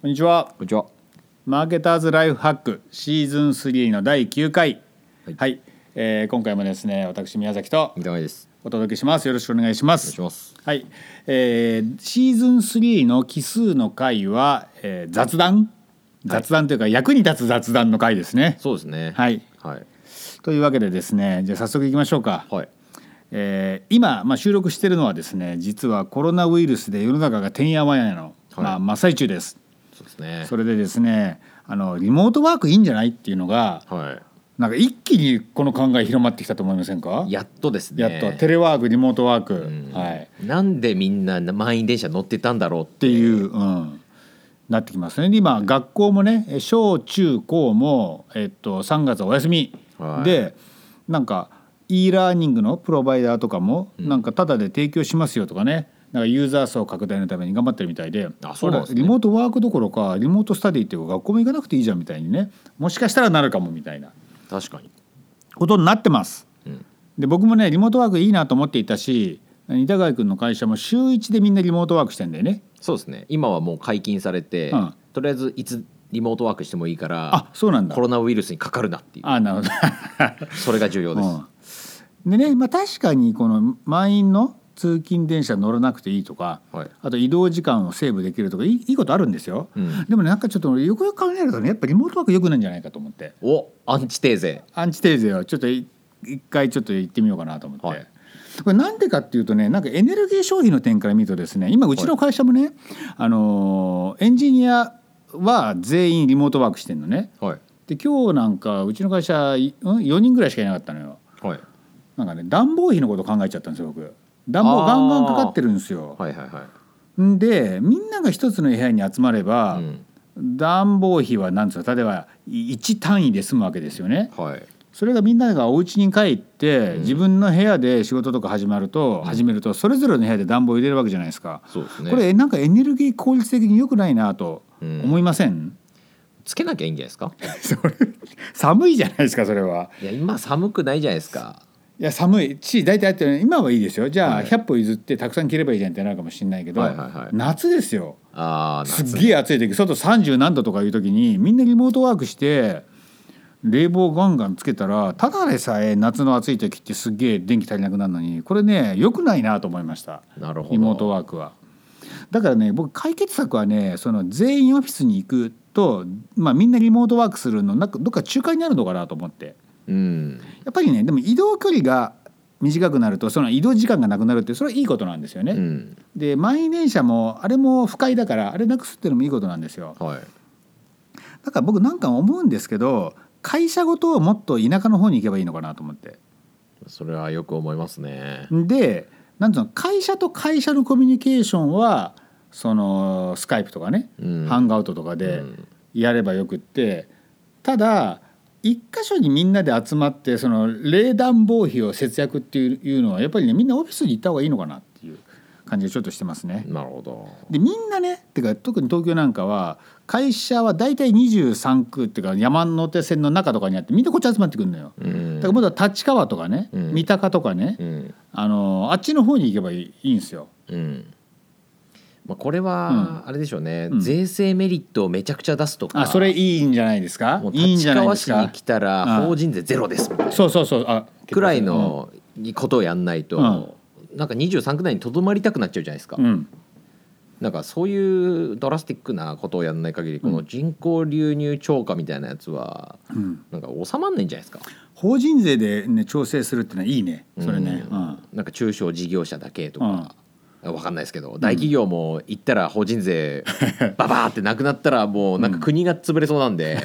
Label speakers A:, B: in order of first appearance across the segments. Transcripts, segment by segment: A: こんにちは。
B: こんにちは。
A: マーケターズライフハックシーズン3の第9回。は、
B: はいい
A: えー今回もですね、私宮崎と
B: 三上です。
A: お届けします。よろしくお願いしま
B: お願い
A: す
B: し。ます。
A: はい、えーシーズン3の奇数の回は、えー雑談。雑談というか、役に立つ雑談の回ですね。
B: そうですね。
A: はい。
B: はい。
A: というわけでですね、じゃあ早速いきましょうか。
B: はい。
A: えー今、まあ、収録してるのはですね実はコロナウイルスで世の中がてんやわんやの、
B: はい
A: まあ、真っ最中です
B: そうですね。
A: それでですねあのリモートワークいいんじゃないっていうのが
B: は
A: なんか一気にこの考え広まってきたと思いませんか
B: い。やっとです
A: や
B: ね。
A: っとテレワークリモートワーク、
B: うん
A: はい、っ
B: なんでみんな満員電車乗ってたんだろうってて。
A: いうう、うん、なってきますねで今学校もねえ小中高も、えっと、3月はお休み、
B: はい
A: でなんか e ラーニングのプロバイダーとかも、なんかタダで提供しますよとかねなんかユーザー層拡大のために頑張ってるみたいで
B: あそうなんですね
A: あれリモートワークどころかリモートスタディっていうか学校も行かなくていいじゃんみたいにねもしかしたらなるかもみたいな
B: 確かに。
A: ことになってます。
B: うん。
A: で僕もねリモートワークいいなと思っていたし板川君の会社も週1でみんなリモートワークしてんだよね。
B: そうですね。今はもう解禁されて、
A: うん
B: とりあえずいつリモートワークしてもいいから、
A: あそうなんだ
B: コロナウイルスにかかるなっていう。
A: あなるほど
B: それが重要です。
A: うん、でね、まあ、確かにこの満員の通勤電車乗らなくていいとか、
B: はい
A: あと移動時間をセーブできるとかいいいいことあるんですよ、
B: うん
A: でもねなんかちょっとよくよく考えるとねやっぱリモートワーク良くないんじゃないかと思って
B: お、アンチテーゼ。
A: アンチテーゼをちょっとい一回ちょっと行ってみようかなと思って、
B: はい
A: これなんでかっていうとねなんかエネルギー消費の点から見るとですね今うちの会社もね、あのーエンジニアは全員リモートワークしてんのね
B: はい。
A: で今日なんかうちの会社、いうん、4人ぐらいしかいなかったのよ。
B: はい。
A: なんかね暖房費のこと考えちゃったんですよ僕暖房ガンガンかかってるんですよ、
B: はいはいは
A: んでみんなが一つの部屋に集まれば、
B: い。うん。
A: 暖房費はなんつうの例えば1単位で済むわけですよね
B: はい。
A: それがみんながお家に帰って、自分の部屋で仕事とか始まると、始めるとそれぞれの部屋で暖房入れるわけじゃないですか、
B: そうですね。
A: これなんかエネルギー効率的に良くないなと
B: うん
A: 思いません、
B: つけなきゃいいんじゃないですか。
A: それ寒いじゃないですかそれはい
B: や今寒くないじゃないですか。
A: いや寒い地大体あってる今はいいですよじゃあ
B: はい
A: 100歩譲ってたくさん着ればいいじゃんってなるかもしれないけど、
B: はいはいはい
A: 夏ですよ
B: ああ、
A: すっげえ暑い時外30何度とかいう時にみんなリモートワークして冷房ガンガンつけたらただでさえ夏の暑い時ってすっげえ電気足りなくなるのにこれね良くないなと思いました
B: なるほど。
A: リモートワークは。だからね僕解決策はねその全員オフィスに行くと、まあ、みんなリモートワークするのなんかどっか中間になるのかなと思って。
B: うん。
A: やっぱりねでも移動距離が短くなるとその移動時間がなくなるってそれはいいことなんですよね。
B: うん。
A: で満員電車もあれも不快だからあれなくすっていうのもいいことなんですよ。
B: はい。
A: だから僕なんか思うんですけど会社ごともっと田舎の方に行けばいいのかなと思って。
B: それはよく思いますね。
A: でなんつうの会社と会社のコミュニケーションはそのスカイプとかね、
B: うん
A: ハンガウトとかで
B: うん
A: やればよくってただ一箇所にみんなで集まってその冷暖房費を節約っていうのはやっぱりねみんなオフィスに行った方がいいのかなっていう感じがちょっとしてますね。
B: なるほど。
A: でみんなねてか特に東京なんかは会社は大体23区っていうか山手線の中とかにあってみんなこっち集まってくるのよ。
B: うん
A: だからまだ立川とかね、
B: うん
A: 三鷹とかね、
B: うん。
A: あのあっちの方に行けばいいいいんですよ。
B: うん。まあこれはあれでしょうね、
A: うん
B: 税制メリットをめちゃくちゃ出すとか。
A: あそれいいんじゃないですか
B: もう。
A: いいん
B: 立
A: じゃないで
B: 川
A: す
B: 市に
A: か
B: 来。た
A: う
B: ら
A: ん
B: 法人税ゼロですみたいな
A: そうそうそうあ
B: くらい。のことをやんないと、なんか23区内にとどまりたくなっちゃうじゃないですか
A: う。ん
B: なんかそういうドラスティックなことをやらない限りこの人口流入超過みたいなやつは
A: うん
B: なんか収まんないんじゃないですか。
A: 法人税でね調整するってのはいいね。それね。
B: う
A: うんん
B: なんか中小事業者だけとか、わかんないですけど大企業も行ったら法人税ババーってなくなったらもうなんか国が潰れそうなんで、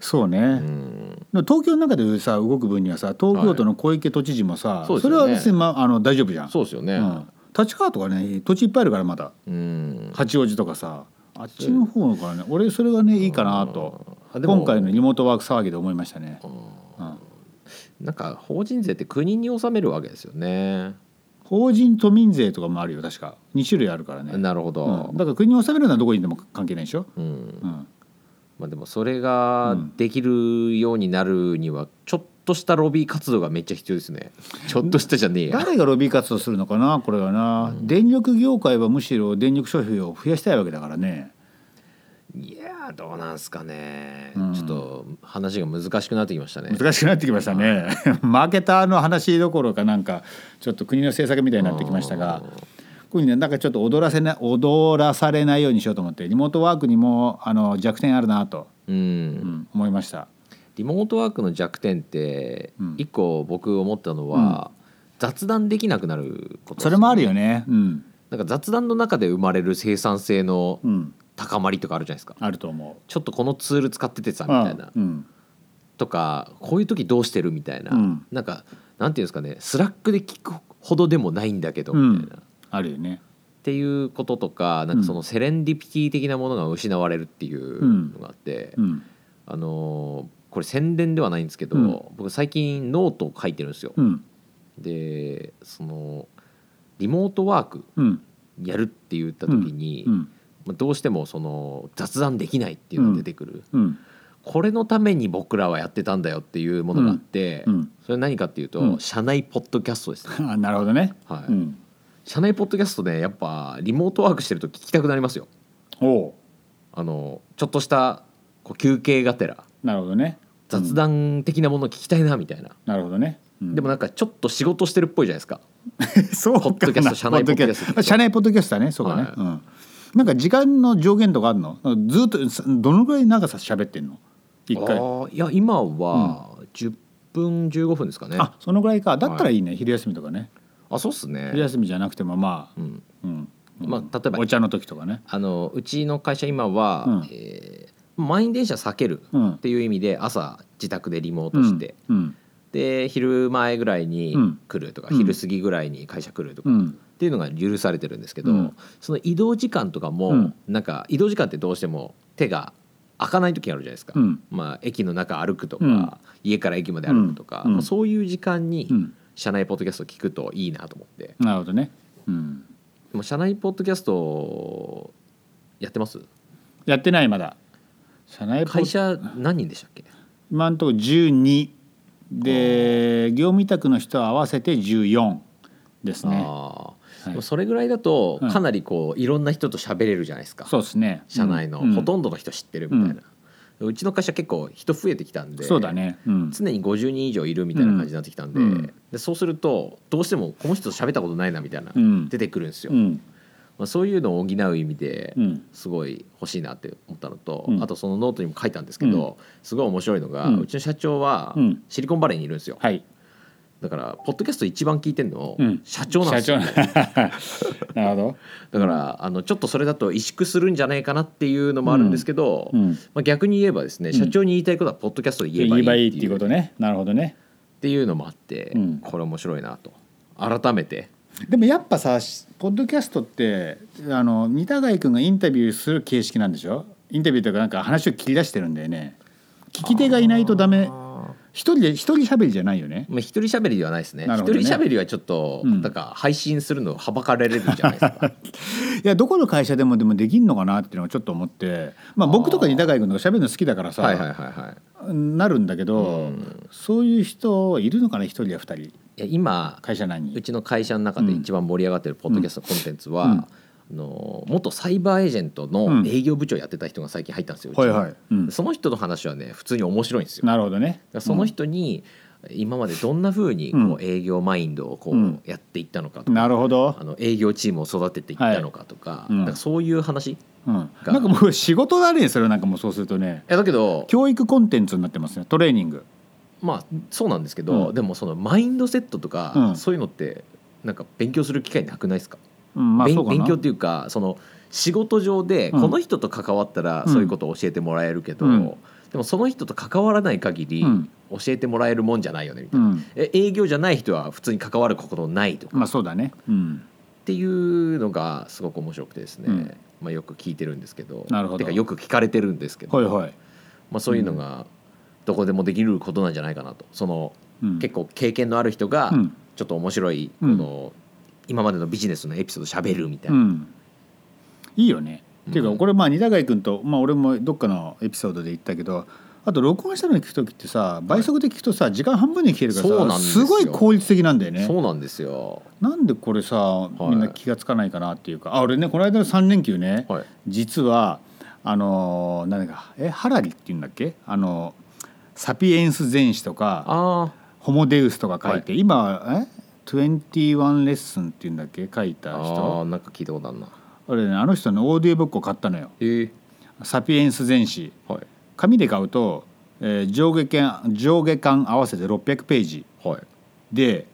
A: そう
B: う
A: ね。
B: ん、
A: でも東京の中でさ動く分にはさ東京都の小池都知事もさ、
B: そうです
A: そ
B: よ
A: れ
B: ね
A: は別にまあの大丈夫じゃん。
B: そうですよね、
A: う
B: うん
A: ん。立川とかね土地いっぱいあるからまだ八王子とかさあっちの方からね俺それがねいいかなと
B: あでも
A: 今回のリモートワーク騒ぎで思いましたね。うん
B: なんか法人税って国に納めるわけですよね。
A: 法人都民税とかもあるよ確か2種類あるからね、
B: なるほ
A: う
B: ど
A: ん、、だから国に納めるのはどこにでも関係ないでしょ、
B: うん
A: うん、
B: まあ、でもそれができるようになるにはちょっとしたロビー活動がめっちゃ必要ですねちょっとしたじゃねえや
A: 誰がロビー活動するのかなこれはな、電力業界はむしろ電力消費を増やしたいわけだからね
B: いやーどうなんすかね、
A: うん
B: ちょっと話が難しくなってきましたね
A: 難しくなってきましたね マーケターの話どころかなんかちょっと国の政策みたいになってきましたがこういうねなんかちょっと踊らせな踊らされないようにしようと思ってリモートワークにもあの弱点あるなと、
B: うん、
A: うん思いました。
B: リモートワークの弱点って
A: うん
B: 一個僕思ったのは、雑談できなくなることです
A: それもあるよね。うん、
B: なんか雑談の中で生まれる生産性の
A: うん、
B: 高まりとかあるじゃないですか
A: あると思う。
B: ちょっとこのツール使っててさみたいな
A: うん、
B: とかこういう時どうしてるみたいな、
A: うん
B: なんかなんていうんですかねスラックで聞くほどでもないんだけど
A: うん
B: みたいな、っ
A: あるよね。
B: ていうこととかなんかそのセレンディピティ的なものが失われるっていうのがあって、
A: うん、
B: あのーこれ宣伝ではないんですけど、
A: うん
B: 僕最近ノートを書いてるんですよ。
A: うん、
B: でそのリモートワーク
A: うん、
B: やるって言った時に、
A: うん、
B: まあどうしてもその雑談できないっていうのが出てくる、
A: うん、
B: これのために僕らはやってたんだよっていうものがあって、
A: うん、
B: それ何かっていうと、
A: うん
B: 社内ポッドキャストですね、
A: あ、なるほどね。
B: は
A: う
B: い
A: ん、
B: 社内ポッドキャストねやっぱリモートワークしてると聞きたくなりますよ
A: おう、
B: あのちょっとしたこう休憩がてら
A: なるほどね。
B: 雑談的なもの聞きたいなみたいな、
A: なるほどね。うん
B: でもなんかちょっと仕事してるっぽいじゃないですか
A: そうかな
B: ポッドキャスト社内ポッドキャスト
A: 社内ポッドキャストだねそうかね、
B: はい
A: うんなんか時間の上限とかあるのずっとさどのぐらい長さ喋ってんの一回あ
B: あーいや今は10分15分ですかねあ
A: そのぐらいかだったらいいね、昼休みとかね
B: そうっすね
A: 昼、休みじゃなくてもまあ
B: うん、
A: うん、うん
B: まあ例えば
A: お茶の時とかね
B: あのうちの会社今は、
A: うん
B: えー満員電車避ける
A: う
B: っ
A: ん
B: ていう意味で朝自宅でリモートして、
A: うん
B: で昼前ぐらいに
A: うん
B: 来るとか、
A: うん
B: 昼過ぎぐらいに会社来るとか、
A: う
B: っ
A: ん
B: ていうのが許されてるんですけど、
A: うん
B: その移動時間とかも、
A: うん
B: なんか移動時間ってどうしても手が開かない時あるじゃないですか、
A: うん
B: まあ、駅の中歩くとか、
A: うん
B: 家から駅まで歩くとか、
A: うん
B: まあそういう時間に
A: うん
B: 社内ポッドキャスト聞くといいなと思って、
A: なるほどね、うん、
B: もう社内ポッドキャストやってます
A: やってないまだ社内ポ
B: 会
A: ッ
B: 社何人でしたっけ
A: 今のところ12で業務委託の人合わせて14ですね
B: ああ、
A: はい
B: でもそれぐらいだと
A: うん
B: かなりこういろんな人と喋れるじゃないですか、
A: そうですね
B: 社内の
A: うん
B: ほとんどの人知ってるみたいな、うちの会社結構人増えてきたんで
A: そうだね、うん、
B: 常に50人以上いるみたいな感じになってきたんで,、
A: うん
B: でそうするとどうしてもこの人と喋ったことないなみたいな、
A: うん
B: 出てくるんですよ、
A: うん
B: まあ、そういうのを補う意味で、
A: うん
B: すごい欲しいなって思ったのと、
A: うん
B: あとそのノートにも書いたんですけど、すごい面白いのが、
A: う
B: うんちの社長は
A: うん
B: シリコンバレーにいるんですよ、
A: はい
B: だからポッドキャスト一番聞いてるの、
A: うん
B: 社長なんですよ
A: 社長 なるほど、
B: だからあのちょっとそれだと萎縮するんじゃないかなっていうのもあるんですけど、
A: うん、
B: まあ、逆に言えばですね
A: ん
B: 社長に言いたいことはポッドキャストで言え
A: 言えば
B: ばい
A: い
B: い
A: い
B: っ
A: ってて
B: い,、
A: いううことねなるほどね
B: のもあって、
A: うん
B: これ面白いなと改めて
A: でもやっぱさしポッドキャストってあの三田貝君がインタビューする形式なんでしょインタビューというかなんか話を切り出してるんだよね聞き手がいないとダメ
B: まあ
A: 一人で一人喋りじゃないよね
B: 一人喋りではないですね
A: なる
B: 一
A: ほどね
B: 人喋りはちょっと、
A: うん
B: なんか配信するのはばかられるじゃな いですか
A: いやどこの会社でもでもできんのかなっていうのをちょっと思ってまあ僕とか
B: あー
A: 二田貝君とか喋るの好きだからさ、
B: はいはいはいはい
A: なるんだけど、
B: うん
A: そういう人いるのかな一人や二人
B: いや今
A: 会社内に
B: うちの会社の中で一番盛り上がってるポッドキャストコンテンツは、
A: うん
B: あの元サイバーエージェント
A: う
B: の
A: ん
B: 営業部長やってた人が最近入ったんですよ、うち
A: はい
B: に
A: はい、うん、
B: その人の話はね普通に面白いんですよだ
A: な
B: か
A: るほどね
B: らその人に今までどんなふうに
A: うん
B: こう営業マインドをこ
A: うん
B: うやっていったのかとか、
A: なるほど
B: あ、の営業チームを育てていったのかとか,、
A: いうん
B: なんかそういう話い
A: うん、なんかもう仕事だねそれなんかもうそうするとね
B: やだけど
A: 教育コンテンツになってますねトレーニング
B: まあそうなんですけど、
A: うん
B: でもそのマインドセットとか、
A: うん
B: そういうのってなんか勉強する機会なくないですか
A: うんまあ
B: 勉
A: そうか
B: 勉
A: な
B: 強っていうかその仕事上で
A: うん
B: この人と関わったら
A: うん
B: そういうことを教えてもらえるけど、
A: うん
B: でもその人と関わらない限り
A: うん
B: 教えてもらえるもんじゃないよねみた
A: う
B: いな、
A: ん
B: え営業じゃない人は普通に関わることないとか
A: まあそうだねうん
B: っていうのがすごく面白くてですね、
A: うん
B: まあ、よく聞いてるんですけど
A: なるほど
B: てかよく聞かれてるんですけど、
A: はいはい、
B: まあ、そういうのがどこでもできることなんじゃないかなとその
A: うん、
B: 結構経験のある人が
A: うん
B: ちょっと面白いこ
A: うん
B: の今までのビジネスのエピソード喋るみたいうな、
A: んいいよねっていうかこれまあ二高井君と、まあ、俺もどっかのエピソードで言ったけどあと録音したのに聞く時ってさ倍速で聞くとさ時間半分で聞けるから
B: そ
A: さ、
B: うなんです
A: す
B: よ
A: ごい効率的なんだよね。
B: そうなんですよ。
A: なんでこれさ
B: い
A: みんな気が付かないかなっていうか、あ俺ねこの間の3連休ね、
B: はい
A: 実はあのー何だかえハラリっていうんだっけあのサピエンス全史とか
B: あ
A: ホモデウスとか書いて、今え21レッスンっていうんだっけ書い
B: ー
A: た
B: あ
A: 人
B: ー、なんか聞いたことあるな。
A: 俺ねあの人のオーディオブックを買ったのよ
B: えー、
A: 「サピエンス全史
B: はい」
A: 紙で買うと、えー上下巻上下巻合わせて600ページ
B: はい。
A: で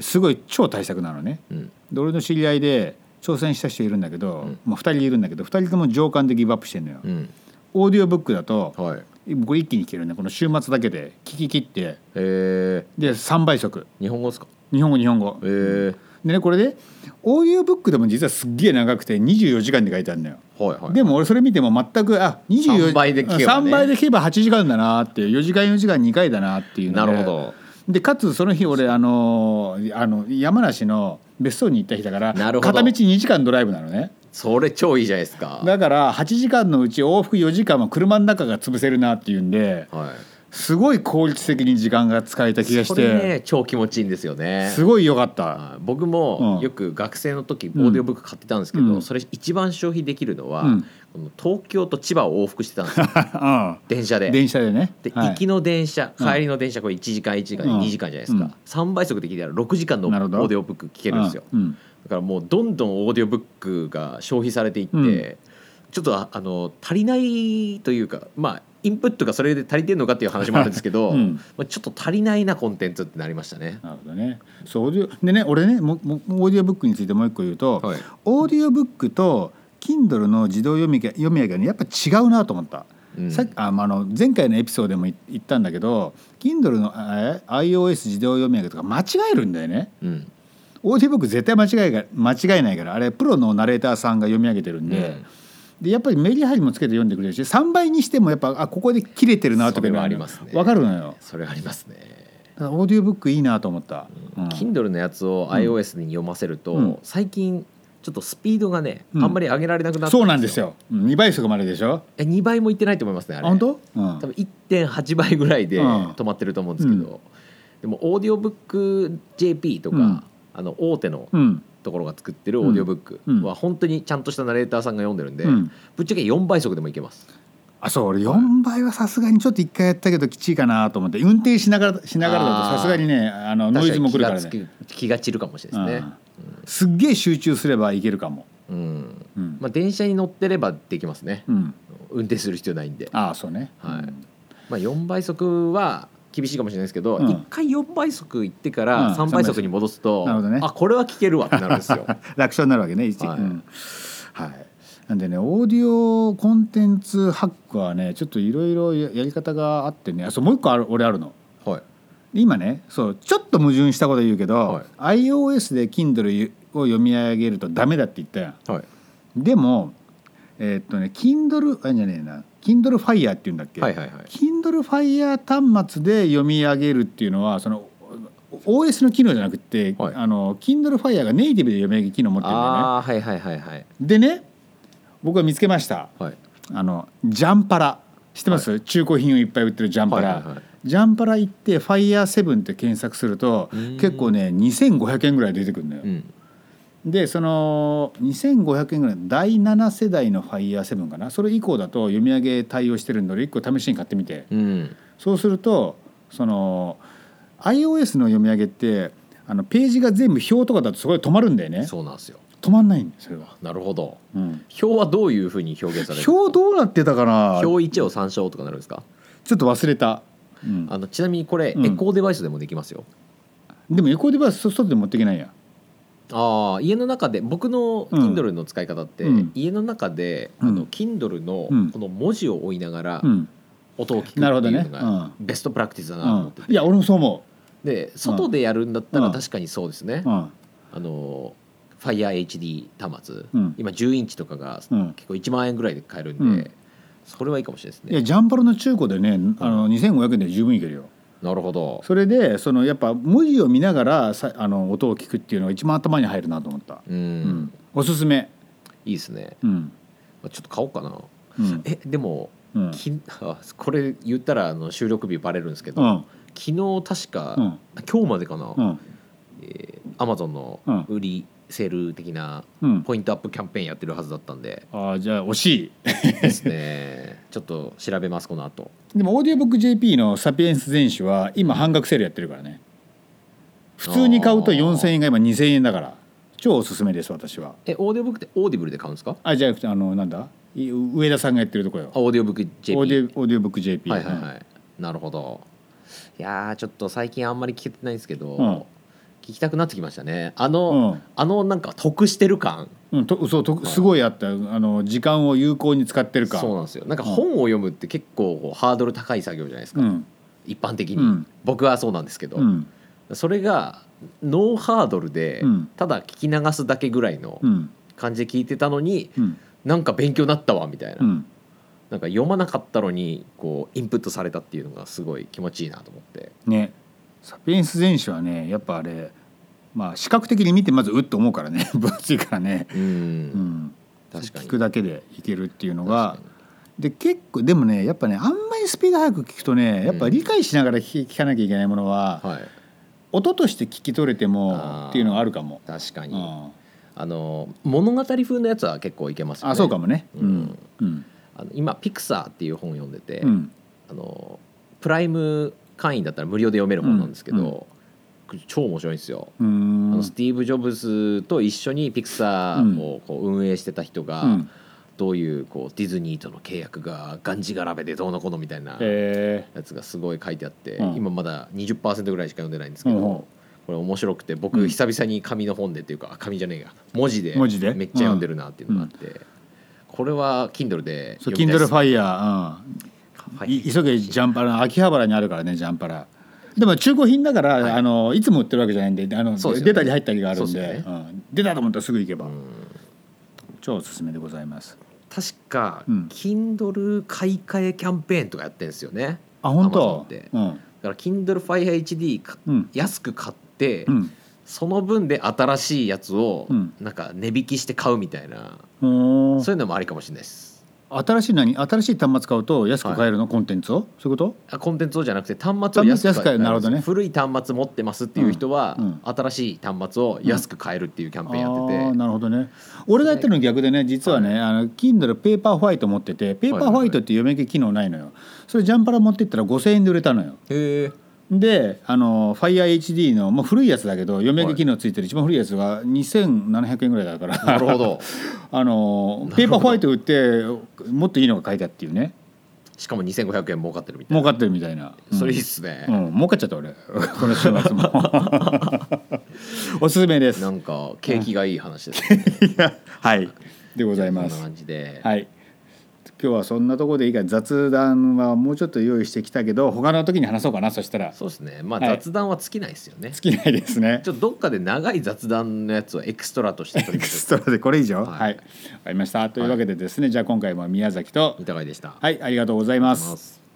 A: すごい超大作なのね。
B: うん。
A: で俺の知り合いで挑戦した人いるんだけど、
B: ん
A: まあ、2人いるんだけど2人とも上巻でギブアップしてんのよ、
B: うん。
A: オーディオブックだと、
B: はい。
A: これ一気に聞けるねこの週末だけで聞き切って
B: え
A: で3倍速
B: ー、日本語ですか。
A: 日本語日本語
B: えー、
A: でねこれでオーディオブックでも実はすっげえ長くて24時間で書いてあるのよ、
B: はいはい。
A: でも俺それ見ても全くあ24
B: 三倍で聞けばね
A: 3倍で聞けば8時間だなっていう4時間4時間2回だなっていうの
B: な
A: で
B: るほど。
A: でかつその日俺あのあの山梨の別荘に行った日だから
B: な
A: 片
B: る
A: 道
B: ほど
A: 2時間ドライブなのね
B: それ超いいじゃないですか。
A: だから8時間のうち往復4時間は車の中が潰せるなっていうんで
B: は
A: すごい効率的に時間が使えた
B: い。
A: 気がし
B: それ
A: て
B: ね、超気持ちいいんですよね。
A: すごい良かった。
B: はい僕
A: う
B: も
A: ん
B: よく学生の時オーディオブック買ってたんですけど、
A: うん
B: それ一番消費できるのは、
A: うん
B: この東京と千葉を往復してたん ですよ
A: うん
B: 電車で。
A: 電車でね
B: で、
A: はい
B: 行きの電車
A: うん
B: 帰りの電車これ1時間1時間で
A: うん
B: 2時間じゃないですか、
A: うん
B: 3倍速で聞いたら6時間のオ
A: なる
B: ー
A: ほど
B: ディオブック聞けるんですよ
A: うん
B: だからもうどんどんオーディオブックが消費されていって、
A: うん
B: ちょっとああの足りないというかまあインプットがそれで足りてるのかっていう話もあるんですけど、
A: うん
B: まあ、ちょっと足りないなコンテンツってなりましたね。
A: なるほどねそうオーディオでね俺ねももオーディオブックについてもう一個言うと、
B: はい
A: オーディオブックと Kindle の自動読みが読み上げがねやっぱ違うなと思った。
B: うん
A: さっきあまああの前回のエピソードでもい言ったんだけど Kindle のえ iOS 自動読み上げとか間違えるんだよね
B: うん
A: オーディオブック絶対間違いが間違いないからあれプロのナレーターさんが読み上げてるんで,、
B: うん
A: でやっぱりメリハリもつけて読んでくれるし3倍にしてもやっぱあここで切れてるなと
B: そ
A: か
B: れはありますね
A: 分かるのよ
B: それありますね。
A: だからオーディオブックいいなと思った、うん
B: Kindle のやつを iOS に読ませると、
A: うん
B: 最近ちょっとスピードがね、
A: うん
B: あんまり上げられなくなって
A: そうなんですよ2倍速まででしょ
B: え2倍もいってないと思いますねあ
A: あ
B: れ
A: 本当、う
B: 多分
A: ん、
B: 1.8倍ぐらいで
A: うん
B: 止まってると思うんですけど、でもオーディオブック JP とか、
A: うん
B: あの大手の
A: うん
B: ところが作ってるオーディオブック
A: うんうん
B: は本当にちゃんとしたナレーターさんが読んでるんで、
A: うん
B: ぶっちゃけ4倍速でもいけます
A: あそう俺4倍はさすがにちょっと1回やったけどきちいかなと思って運転しながらしながらだ
B: あー
A: とさすがにねあのノイズもくるから
B: 確
A: ね、
B: に気がつき気が散るかもしれないですね、
A: うんすっげえ集中すればいけるかも、
B: うん
A: うん
B: まあ、電車に乗ってればできますね、
A: うん、
B: 運転する必要ないんで、
A: ああそうね、
B: はい
A: うん
B: まあ、4倍速は厳しいかもしれないですけど、
A: うん
B: 一1回4倍速行ってか
A: うん
B: ら3倍速に戻すと、
A: なるほどね
B: あこれは聞けるわってなるんで すよ
A: 楽勝になるわけね一、
B: はい
A: うんはい、なんでねオーディオコンテンツハックはねちょっといろいろややり方があってねあそうもう一個ある俺あるの
B: はい
A: 今ねそうちょっと矛盾したこと言うけど、
B: は
A: iOS で Kindle を読み上げるとダメだって言ったやん
B: はい
A: でもえーっとね Kindle あじゃねえな Kindle Fire っていうんだっけ、
B: はいはいはい
A: Kindle Fire 端末で読み上げるっていうのはその OS の機能じゃなくて、
B: はい
A: あの Kindle Fire がネイティブで読み上げ機能持ってるんだよね
B: ああはいはいはいはい
A: でね僕は見つけました
B: はい
A: あのジャンパラ知ってます、中古品をいっぱい売ってるジャンパラ、
B: はいはいはい
A: ジャンパラ行って「ファイヤーセブンって検索すると
B: うん
A: 結構ね2500円ぐらい出てくるのよ、
B: うん
A: でその2500円ぐらい第7世代のファイヤーセブンかなそれ以降だと読み上げ対応してるんで俺1個試しに買ってみて
B: うん
A: そうするとその iOS の読み上げってあのページが全部表とかだとすごい止まるんだよね
B: そうなんですよ
A: 止まんないんですそれは、
B: なるほど
A: うん、
B: 表はどういうふうに表現されるんですか
A: 表どうなってたかな
B: 表一を参照とかなるんですか
A: ちょっと忘れた、うん
B: あのちなみにこれエ
A: うん
B: コーデバイスでもできますよ、
A: でもエコーデバイス外で持っていけないや
B: ああ家の中で僕の
A: うん
B: Kindle の使い方って、
A: うん
B: 家の中で、
A: うん
B: あの Kindle の
A: うん
B: この文字を追いながら
A: うん
B: 音を聞くっていう
A: なるほどね
B: のがベストプラクティスだなと思って
A: うんいや俺もそう思
B: で外でやるんだった
A: う
B: ら
A: ん
B: 確かにそうですね
A: ううん
B: あの FireHD 端末
A: うん
B: 今10インチとかが
A: うん
B: 結構1万円ぐらいで買える
A: うん
B: で
A: ん
B: それはいいかもしれない
A: い
B: です
A: や
B: ね
A: ジャンパルの中古でねあの2500円で十分いけるよ
B: なるほど
A: それでそのやっぱ文字を見ながらさあの音を聞くっていうのが一番頭に入るなと思った、う
B: う
A: んおすすめ
B: いいですね
A: うん
B: あちょっと買おうかな
A: うん
B: えでも、
A: うん
B: きこれ言ったらあの収録日バレるんですけど、
A: うん
B: 昨日確か、
A: うん
B: 今日までかな、
A: うん
B: えー、Amazon の
A: うん
B: 売りセール的な
A: うん
B: ポイントアップキャンペーンやってるはずだったんで、
A: あーじゃあ惜しい
B: ですねちょっと調べますこの後
A: でもオーディオブック JP の「サピエンス全史」は今半額セールやってるからね普通に買うと
B: あー
A: 4,000円が今2,000円だから超おすすめです私は
B: えオーディオブックってオーディブルで買うんですか
A: あじゃなくてあのなんだい上田さんがやってるとこよ
B: あオーディオブック JP
A: オーディオオーディオブック JP
B: はいはいはい、なるほどいやーちょっと最近あんまり聞けてないんですけど、
A: うん
B: 聞きたくなってきましたねあ
A: う
B: の、
A: んうん
B: あのなんか得してる感
A: うん、とそうとすごいあったあの時間を有効に使ってるか
B: そうなんですよなんか本を読むって結構こうハードル高い作業じゃないですか、
A: うん
B: 一般的に、
A: うん
B: 僕はそうなんですけど、
A: うん
B: それがノーハードルで、
A: うん
B: ただ聞き流すだけぐらいの
A: うん
B: 感じで聞いてたのに、
A: うん
B: なんか勉強になったわみたいな、
A: うん
B: なんか読まなかったのにこうインプットされたっていうのがすごい気持ちいいなと思って
A: ねサピエンス全史はねやっぱあれまあ視覚的に見てまずうっと思うからね分厚いからね
B: うん、
A: うん
B: 確かに
A: 聞くだけでいけるっていうのが
B: 確かに
A: で結構でもねやっぱねあんまりスピード速く聞くとねやっぱ理解しながら聞聞かなきゃいけないものは、
B: はい
A: 音として聞き取れて
B: あ
A: も
B: ー
A: っていうのがあるかも。
B: 確か
A: う
B: に、
A: ん、
B: あの物語風のやつは結構いけますよね
A: あそうかもね。う
B: うんん
A: うん
B: あの今「ピクサー」っていう本を読んでて、
A: うん
B: あのプライム会員だったら無料で読める本なんですけど、
A: うん
B: 超面白いんですよ、
A: うーん
B: あのスティーブ・ジョブズと一緒にピクサーをこう運営してた人が、
A: うん
B: どういうこうディズニーとの契約ががんじがらめでどうのこうのみたいな
A: え
B: やつがすごい書いてあって、
A: うん
B: 今まだ20%ぐらいしか読んでないんですけど、
A: うん
B: これ面白くて
A: う
B: 僕
A: ん
B: 久々に紙の本でっていうかあ紙じゃねえや文字で
A: 文字で
B: めっちゃ読んでるなっていうのがあって、これは Kindle で
A: ー、そう
B: 読みたい
A: Kindle
B: です
A: ファイヤ
B: は
A: ー、
B: い
A: い急げジャンパラ秋葉原にあるからねジャンパラ。でも中古品だから、
B: はい
A: あのいつも売ってるわけじゃないんであの
B: そうですよね
A: 出たり入ったりがあるん
B: そ
A: で
B: うですよ
A: うん、出たと思ったらすぐ行けば、
B: うん
A: 超おすすめでございます。
B: 確か、
A: うん
B: Kindle 買い替えキャンペーンとかやってるんですよね
A: あ本
B: Amazon
A: 当
B: って。
A: うん
B: だから Kindle Fire HD か
A: うん
B: 安く買って、
A: うん
B: その分で新しいやつを
A: うん
B: なんか値引きして買うみたいな、
A: ほー
B: そういうのもありかもしれないです
A: 新しい何新しい端末買うと安く買えるの、コンテンツをそういうこと
B: あコンテンツをじゃなくて端末を安く
A: 端末安く買えるなるほどね
B: 古い端末持ってますっていう人は、
A: うんうん
B: 新しい端末を安く買えるっていうキャンペーンやってて、
A: あーなるほどね俺がやってるの逆でね実はね、あの Kindle ペーパーホワイト持っててペーパーホワイトっていう読み書き機能ないのよそれジャンパラ持ってったら5,000円で売れたのよ
B: へえ
A: であの FireHD の、まあ、古いやつだけど読み上げ機能ついてる一番古いやつは2700円ぐらいだから
B: なるほど
A: あのペーパーホワイト売ってもっといいのが書いてあるっていうね
B: しかも2500円儲かってるみたい
A: 儲
B: な
A: かってるみたいな、
B: それいいっすね、
A: うん、儲かっちゃった俺 この 週末もおすすめです
B: なんか景気がいい話ですね、
A: いや はいでござい
B: こ
A: ま
B: んな
A: す
B: 感じで、
A: はい今日はそんなところでいいか雑談はもうちょっと用意してきたけど他の時に話そうかなそしたら
B: そうですねまあ
A: はい
B: 雑談は尽きないですよね、
A: 尽きないですね
B: ちょっとどっかで長い雑談のやつをエクストラとして取
A: エ
B: り
A: ク
B: まし
A: ストラでこれ以上
B: は
A: はいい、わかりましたというわけでですね、じゃあ今回も宮崎と
B: いただきました、
A: はいありがとうございま
B: ありがとうござい
A: す
B: ます